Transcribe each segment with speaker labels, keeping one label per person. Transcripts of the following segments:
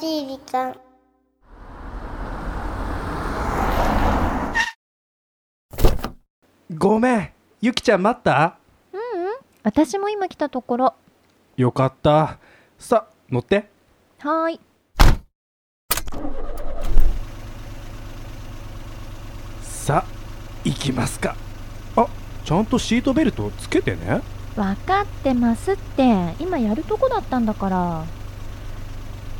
Speaker 1: しい時間
Speaker 2: ごめんゆきちゃん待った
Speaker 3: 私も今来たところ
Speaker 2: よかったさ乗って
Speaker 3: はーい
Speaker 2: さ行きますかあちゃんとシートベルトつけてね
Speaker 3: 分かってますって今やるとこだったんだから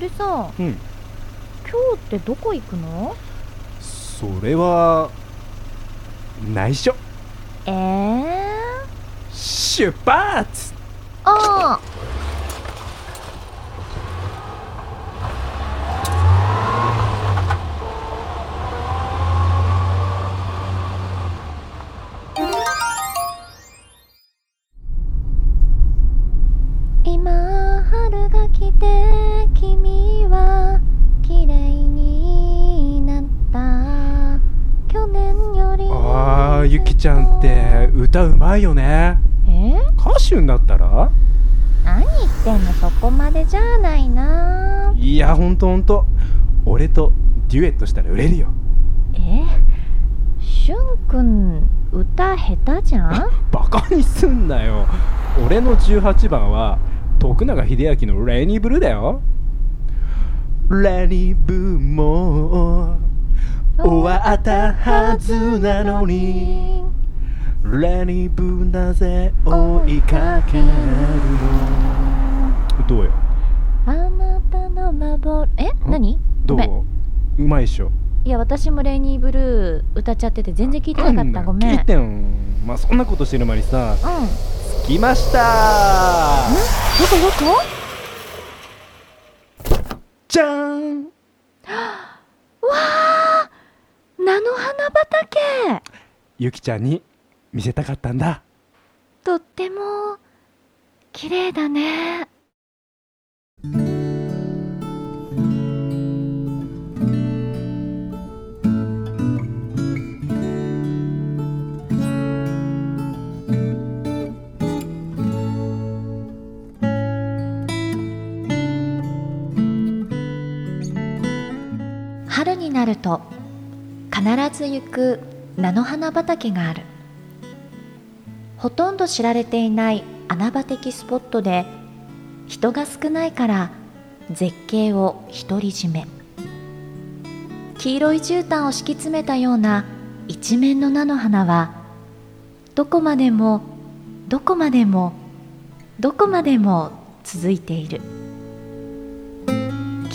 Speaker 3: でさ
Speaker 2: うん
Speaker 3: 今日ってどこ行くの
Speaker 2: それは内緒
Speaker 3: えー、
Speaker 2: 出発
Speaker 3: ああ今春が来て君は綺麗になった去年より
Speaker 2: あーゆきちゃんって歌うまいよね
Speaker 3: え
Speaker 2: 歌手になったら
Speaker 3: 何言ってんのそこまでじゃないない
Speaker 2: やほんとほんと俺とデュエットしたら売れるよ
Speaker 3: えしゅんくん歌下手じゃん
Speaker 2: バカにすんなよ俺の18番は徳永英明の「レニーブルー」だよレニーブルーも終わったはずなのにレニーブルーなぜ追いかけるのどうよ
Speaker 3: あなたの幻え何
Speaker 2: ど
Speaker 3: ごめん
Speaker 2: ううまいっしょ
Speaker 3: いや私もレイニーブルー歌っちゃってて全然聞いてなかったごめん
Speaker 2: 聞いてんまあそんなことしてる間にさ
Speaker 3: うんど
Speaker 2: 着きました
Speaker 3: こどこ
Speaker 2: じゃーん
Speaker 3: 菜の花畑
Speaker 2: ゆきちゃんに見せたかったんだ
Speaker 3: とっても綺麗だね春になると必ず行く菜の花畑があるほとんど知られていない穴場的スポットで人が少ないから絶景を独り占め黄色い絨毯を敷き詰めたような一面の菜の花はどこまでもどこまでもどこまでも続いている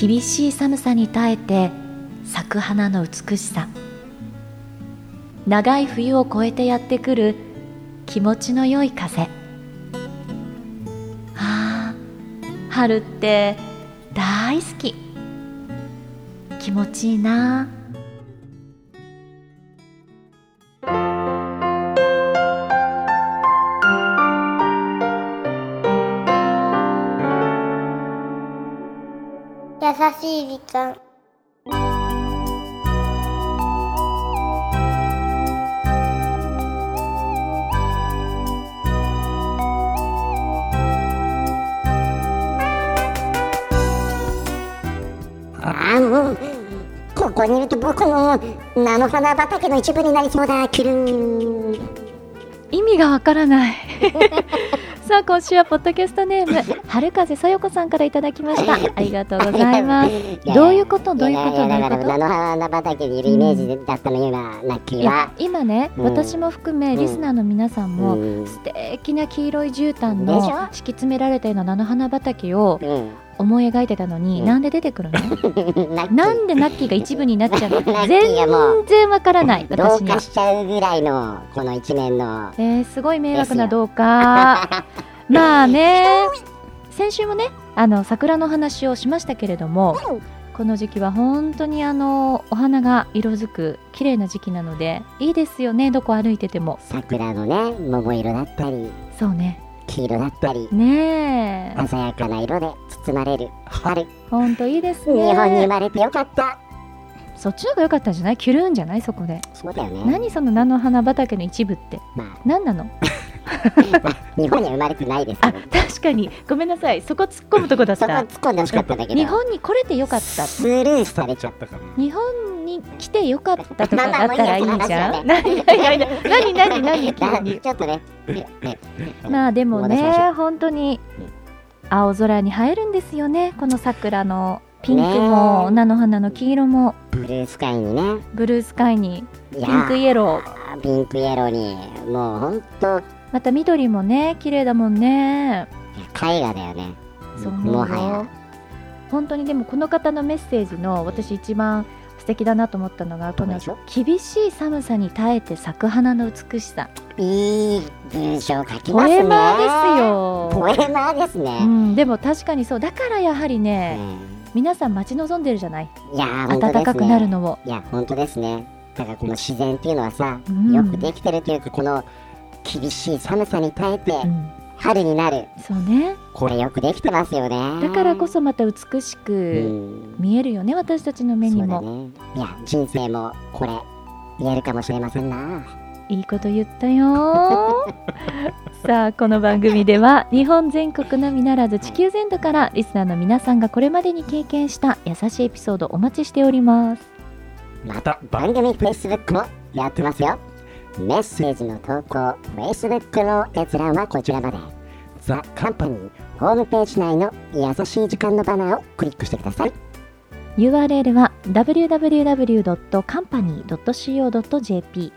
Speaker 3: 厳しい寒さに耐えて咲く花の美しさ長い冬を越えてやってくる気持ちの良い風ああ春って大好き気持ちいいな
Speaker 1: 優しい時間
Speaker 4: ああもうここにいると僕の菜の花畑の一部になりそうだキュルーン
Speaker 3: 意味がわから ないさあ今週はポッドキャストネーム春風さよこさんからいただきましたありがとうございますどういうことどういうことどういう
Speaker 4: だ
Speaker 3: こ
Speaker 4: から
Speaker 3: と
Speaker 4: 菜の花畑にいるイメージだったのよ今ラッキ
Speaker 3: い
Speaker 4: ー
Speaker 3: や
Speaker 4: は
Speaker 3: 今ね、
Speaker 4: うん
Speaker 3: 私も含めリスナーの皆さんも、
Speaker 4: うん
Speaker 3: 素敵な黄色い絨毯
Speaker 4: でしょ
Speaker 3: の敷き詰められたような菜の花畑を
Speaker 4: う
Speaker 3: 思い描いてたのに、
Speaker 4: うん
Speaker 3: なんで出てくるの
Speaker 4: んラッキー
Speaker 3: なんでナッキーが一部になっちゃうの
Speaker 4: ナッキーがも
Speaker 3: 全然わからない
Speaker 4: ど
Speaker 3: 私
Speaker 4: う
Speaker 3: に
Speaker 4: か
Speaker 3: は
Speaker 4: しちゃうぐらいのこの一面の
Speaker 3: えー、すごい迷惑などう かまあね先週もねあの桜の話をしましたけれどもこの時期は本当にあのお花が色づく綺麗な時期なのでいいですよねどこ歩いてても
Speaker 4: 桜のね桃色だったり
Speaker 3: そうね
Speaker 4: 黄色だったり
Speaker 3: ねえ
Speaker 4: 鮮やかな色で包まれる春日
Speaker 3: 本当いいですね
Speaker 4: 本に生まれてよかった
Speaker 3: そっちの方が良かったんじゃないキュルーンじゃないそこで
Speaker 4: そうだよね
Speaker 3: 何その菜の花畑の一部って
Speaker 4: ま
Speaker 3: 何なの
Speaker 4: あ日本には生まれてないですけ
Speaker 5: あ
Speaker 4: ど、
Speaker 5: 確かにごめんなさいそこ突っ込むとこだっ
Speaker 4: そこは
Speaker 5: た
Speaker 4: 突っ込んでほしかったんだけど、
Speaker 3: 日本に来れてよかった
Speaker 4: スルーさ
Speaker 2: 伝
Speaker 4: れ
Speaker 2: っ
Speaker 4: ち
Speaker 2: ち
Speaker 4: ゃ
Speaker 2: ゃ
Speaker 4: っ
Speaker 2: ったかな
Speaker 3: 日本に来てよかったとかだったらいいじゃん。
Speaker 4: まあ
Speaker 5: 何何何何何何
Speaker 4: た。
Speaker 5: 急に
Speaker 4: ちょっとね、ね
Speaker 3: まあでも
Speaker 4: お話ししましょ
Speaker 3: ね、本当に青空に映えるんですよね、この桜のピンクも、
Speaker 4: ねえ
Speaker 3: 菜の花の黄色も、
Speaker 4: ブルースカイにね、
Speaker 3: ブルースカイに、
Speaker 4: い
Speaker 3: ピ
Speaker 4: や
Speaker 3: ンクイエロー、
Speaker 4: ーピンクイエローに、もう本当、
Speaker 3: また緑もね、綺麗だもんね。
Speaker 4: 絵画だよね。
Speaker 3: そう
Speaker 4: も
Speaker 3: 思う
Speaker 4: はや
Speaker 3: よ。本当にでもこの方のメッセージの私一番素敵だなと思ったのがこの
Speaker 4: でしょ
Speaker 3: 厳しい寒さに耐えて咲く花の美しさ
Speaker 4: いい文章書き
Speaker 3: ポ
Speaker 4: ますね。
Speaker 3: エマーです。よ
Speaker 4: ポエマーです
Speaker 3: う
Speaker 4: ね。
Speaker 3: ん、でも確かにそうだからやはり
Speaker 4: う
Speaker 3: ね、
Speaker 4: ん
Speaker 3: 皆さん待ち望んでるじゃない
Speaker 4: いやー、本当ですね。
Speaker 3: 暖かくなるのを、
Speaker 4: いや、本当ですね。だからこの自然っていうのはさ、
Speaker 3: うん
Speaker 4: よくできてるというか、この厳しい寒さに耐えて
Speaker 3: うん、
Speaker 4: 春になる。
Speaker 3: そうね
Speaker 4: これよくできてますよね。
Speaker 3: だからこそまた美し
Speaker 4: う
Speaker 3: く
Speaker 4: ん、
Speaker 3: 見えるよね私たちの目にも、
Speaker 4: そうだね。いや、人生もこれ、言えるかもしれませんな。
Speaker 3: いいこと言った よさあこの番組では日本全国のみならず地球全土からリスナーの皆さんがこれまでに経験した優しいエピソードお待ちしております
Speaker 2: また
Speaker 4: 番組 Facebook もやってますよ。メッセージの投稿、Facebook の閲覧はこちらまで。ザ・カンパニーホームページ内の優しい時間のバナーをクリックしてください。
Speaker 3: URL は www.company.co.jp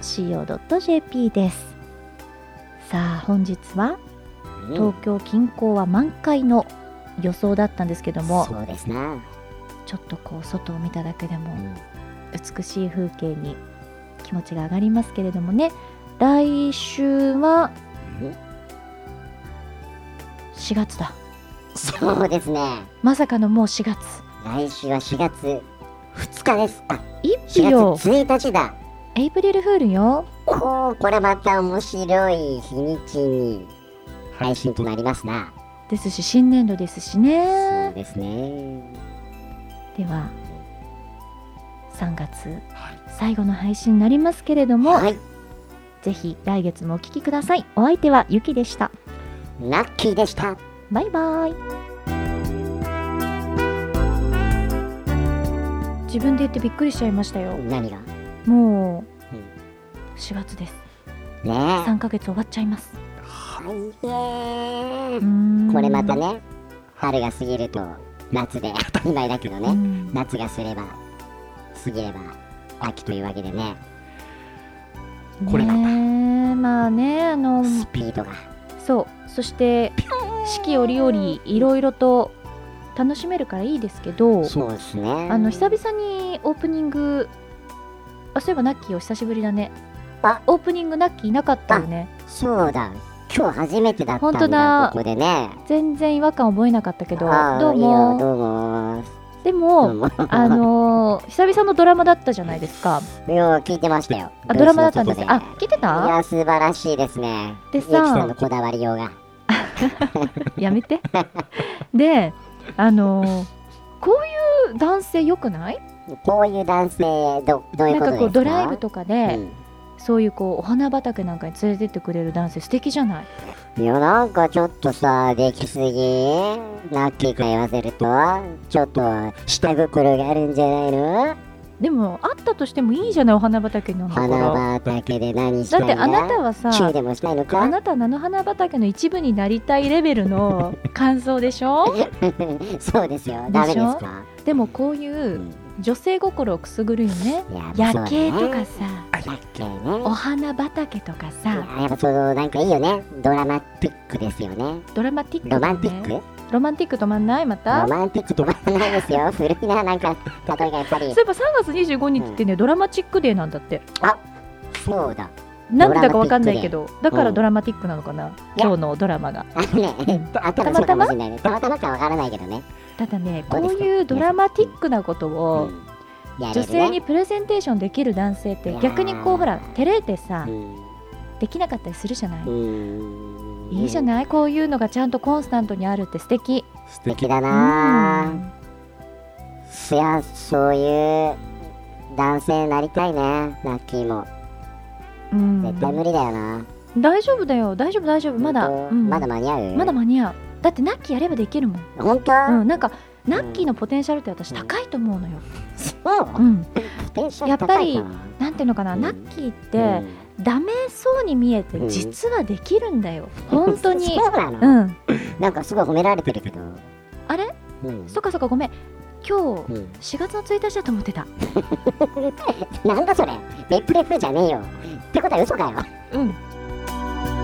Speaker 3: www.company.co.jp ですさあ本日は
Speaker 4: うん
Speaker 3: 東京近郊は満開の予想だったんですけども、
Speaker 4: そうですな。
Speaker 3: ちょっとこう外を見ただけで
Speaker 4: う
Speaker 3: も
Speaker 4: ん
Speaker 3: 美しい風景に気持ちが上がりますけれどもね来週は
Speaker 4: うん
Speaker 3: 4月だ
Speaker 4: そうですね。
Speaker 3: まさかのもう4月
Speaker 4: 来週は4月2日です。あ、
Speaker 3: 一票
Speaker 4: 4月1日だ。
Speaker 3: エイプリルフールよ
Speaker 4: おお、これまた面白い日にちに配信となりますな。
Speaker 3: ですし新年度ですし
Speaker 4: そう
Speaker 3: ね
Speaker 4: ですね。
Speaker 3: では3月最後の配信になりますけれども、
Speaker 4: はい、
Speaker 3: ぜひ来月もお聞きくださいお相手はゆきでした
Speaker 4: ラッキーでした。
Speaker 3: バイバイ自分で言ってびっくりしちゃいましたよ
Speaker 4: 何が
Speaker 3: も
Speaker 4: うん
Speaker 3: う4月です
Speaker 4: ね
Speaker 3: 3ヶ月終わっちゃいます
Speaker 4: え。は
Speaker 3: う
Speaker 4: い
Speaker 3: ー
Speaker 4: ね
Speaker 3: ん
Speaker 4: これまたね、春が過ぎると夏で、当たり前だけど
Speaker 3: う
Speaker 4: ね、
Speaker 3: ん
Speaker 4: 夏がすれば、過ぎれば秋というわけでね、
Speaker 2: これまた
Speaker 3: ねえまあねあの
Speaker 4: スピードが。
Speaker 3: そうそして四季折々いろいろと楽しめるからいいですけど
Speaker 4: そうですね。
Speaker 3: あの久々にオープニングあそういえばナッキーお久しぶりだね
Speaker 4: あ
Speaker 3: オープニングナッキーいなかったよね
Speaker 4: そうだ、今日初めてだったんだ、
Speaker 3: 本当だ
Speaker 4: ここでね。
Speaker 3: 全然違和感覚えなかったけど
Speaker 4: あー
Speaker 3: どう
Speaker 4: いや
Speaker 3: も
Speaker 4: どうも。
Speaker 3: で
Speaker 4: どう
Speaker 3: も
Speaker 4: も。
Speaker 3: あのー久々のドラマだったじゃないですか
Speaker 4: いや聞いてましたよ。
Speaker 3: あドラマだったんです
Speaker 4: ブースの
Speaker 3: あ
Speaker 4: 外
Speaker 3: 聞いて
Speaker 4: い
Speaker 3: た
Speaker 4: や、素晴らしいですね。
Speaker 3: で
Speaker 4: ゆきさん
Speaker 3: さ
Speaker 4: のこだわりようが。
Speaker 3: やめてであのーこういう男性よくない
Speaker 4: こういう男性、ど、どう
Speaker 3: な
Speaker 4: いうんことですか
Speaker 3: かこうドライブとかで、
Speaker 4: う
Speaker 3: そういうこうお花畑なんかに連れてってくれる男性素敵じゃない
Speaker 4: んいや、なんかちょっとさ、できすぎ。ナッキーから言わせると、ちょっと、下心があるんじゃないの
Speaker 3: でもあったとしてもいいじゃないお花畑なんだから
Speaker 4: 花畑で何した
Speaker 3: だ
Speaker 4: い
Speaker 3: ってあなたは
Speaker 4: チュー
Speaker 3: さ
Speaker 4: でもしたいの
Speaker 3: あ
Speaker 4: か
Speaker 3: なた菜の花畑の一部になりたいレベルの感想でしょ
Speaker 4: そうですよ。ダメですか
Speaker 3: でもこう
Speaker 4: う
Speaker 3: いうん女性心をくすぐるよね
Speaker 4: い
Speaker 3: 夜
Speaker 4: やそう
Speaker 3: 景とか
Speaker 4: ね
Speaker 3: さ
Speaker 4: 夜景ね。
Speaker 3: お花畑とか
Speaker 4: い
Speaker 3: さ
Speaker 4: ややっぱそのなんかいいよねドラマティックですよね
Speaker 3: ドラマティックだ
Speaker 4: ロ
Speaker 3: よね
Speaker 4: マンティック、
Speaker 3: ロマンティック止まんないま
Speaker 4: ロ
Speaker 3: た
Speaker 4: マンティックとまらないですよ古いななんか例えがやっぱ
Speaker 3: そう
Speaker 4: り
Speaker 3: いえば3月25日ってねドラマチックデーなんだって
Speaker 4: そうだ
Speaker 3: なんでだかわかんないけどだからドラマティックなのかな
Speaker 4: や
Speaker 3: 今日のドラマが
Speaker 4: あのねあったらそうかもしれないねたまたまかわからないけどね、
Speaker 3: ただね
Speaker 4: どう
Speaker 3: こ
Speaker 4: で
Speaker 3: う
Speaker 4: すか
Speaker 3: いうドラマティックなこと
Speaker 4: う
Speaker 3: を
Speaker 4: ん、やれ
Speaker 3: 女
Speaker 4: る
Speaker 3: 性
Speaker 4: ね
Speaker 3: にプレゼンテーションできる男性っ
Speaker 4: い
Speaker 3: て
Speaker 4: やー
Speaker 3: 逆にこうほら照れてさ
Speaker 4: う
Speaker 3: できなかったりするじゃない
Speaker 4: んうん
Speaker 3: いいじゃないこういうのがちゃんとコンスタントにあるって素敵
Speaker 2: 素
Speaker 4: 素
Speaker 2: 敵
Speaker 4: 敵だ
Speaker 3: う
Speaker 4: なあ
Speaker 3: ん
Speaker 4: いやそういう男性になりたいねラッキーも
Speaker 3: うん
Speaker 4: 絶対無理だよな、
Speaker 3: 大丈夫だよ大丈夫大丈夫まだ、
Speaker 4: 本
Speaker 3: う
Speaker 4: 当
Speaker 3: ん、
Speaker 4: まだ間に合う
Speaker 3: まだ間に合うだってナッキーやればできるもん、
Speaker 4: 本当、
Speaker 3: うん、なんかナッキーのポテンシャルって私高いと思うのよ、
Speaker 4: うん
Speaker 3: うん、
Speaker 4: テンション
Speaker 3: やっぱり
Speaker 4: 高いな
Speaker 3: なんていうのかな、
Speaker 4: うん
Speaker 3: ナッキーっ
Speaker 4: う
Speaker 3: て
Speaker 4: ん
Speaker 3: ダメそうに見えて
Speaker 4: うん
Speaker 3: 実はできるんだよ、本当に
Speaker 4: そうなの、
Speaker 3: うん
Speaker 4: なんかすごい褒められてるけど
Speaker 3: あれ
Speaker 4: うん
Speaker 3: そっかそっかごめん今
Speaker 4: うん
Speaker 3: 日4月の1日だと思ってた
Speaker 4: なんだそれベップレップじゃねえよってことは嘘かよ
Speaker 3: うん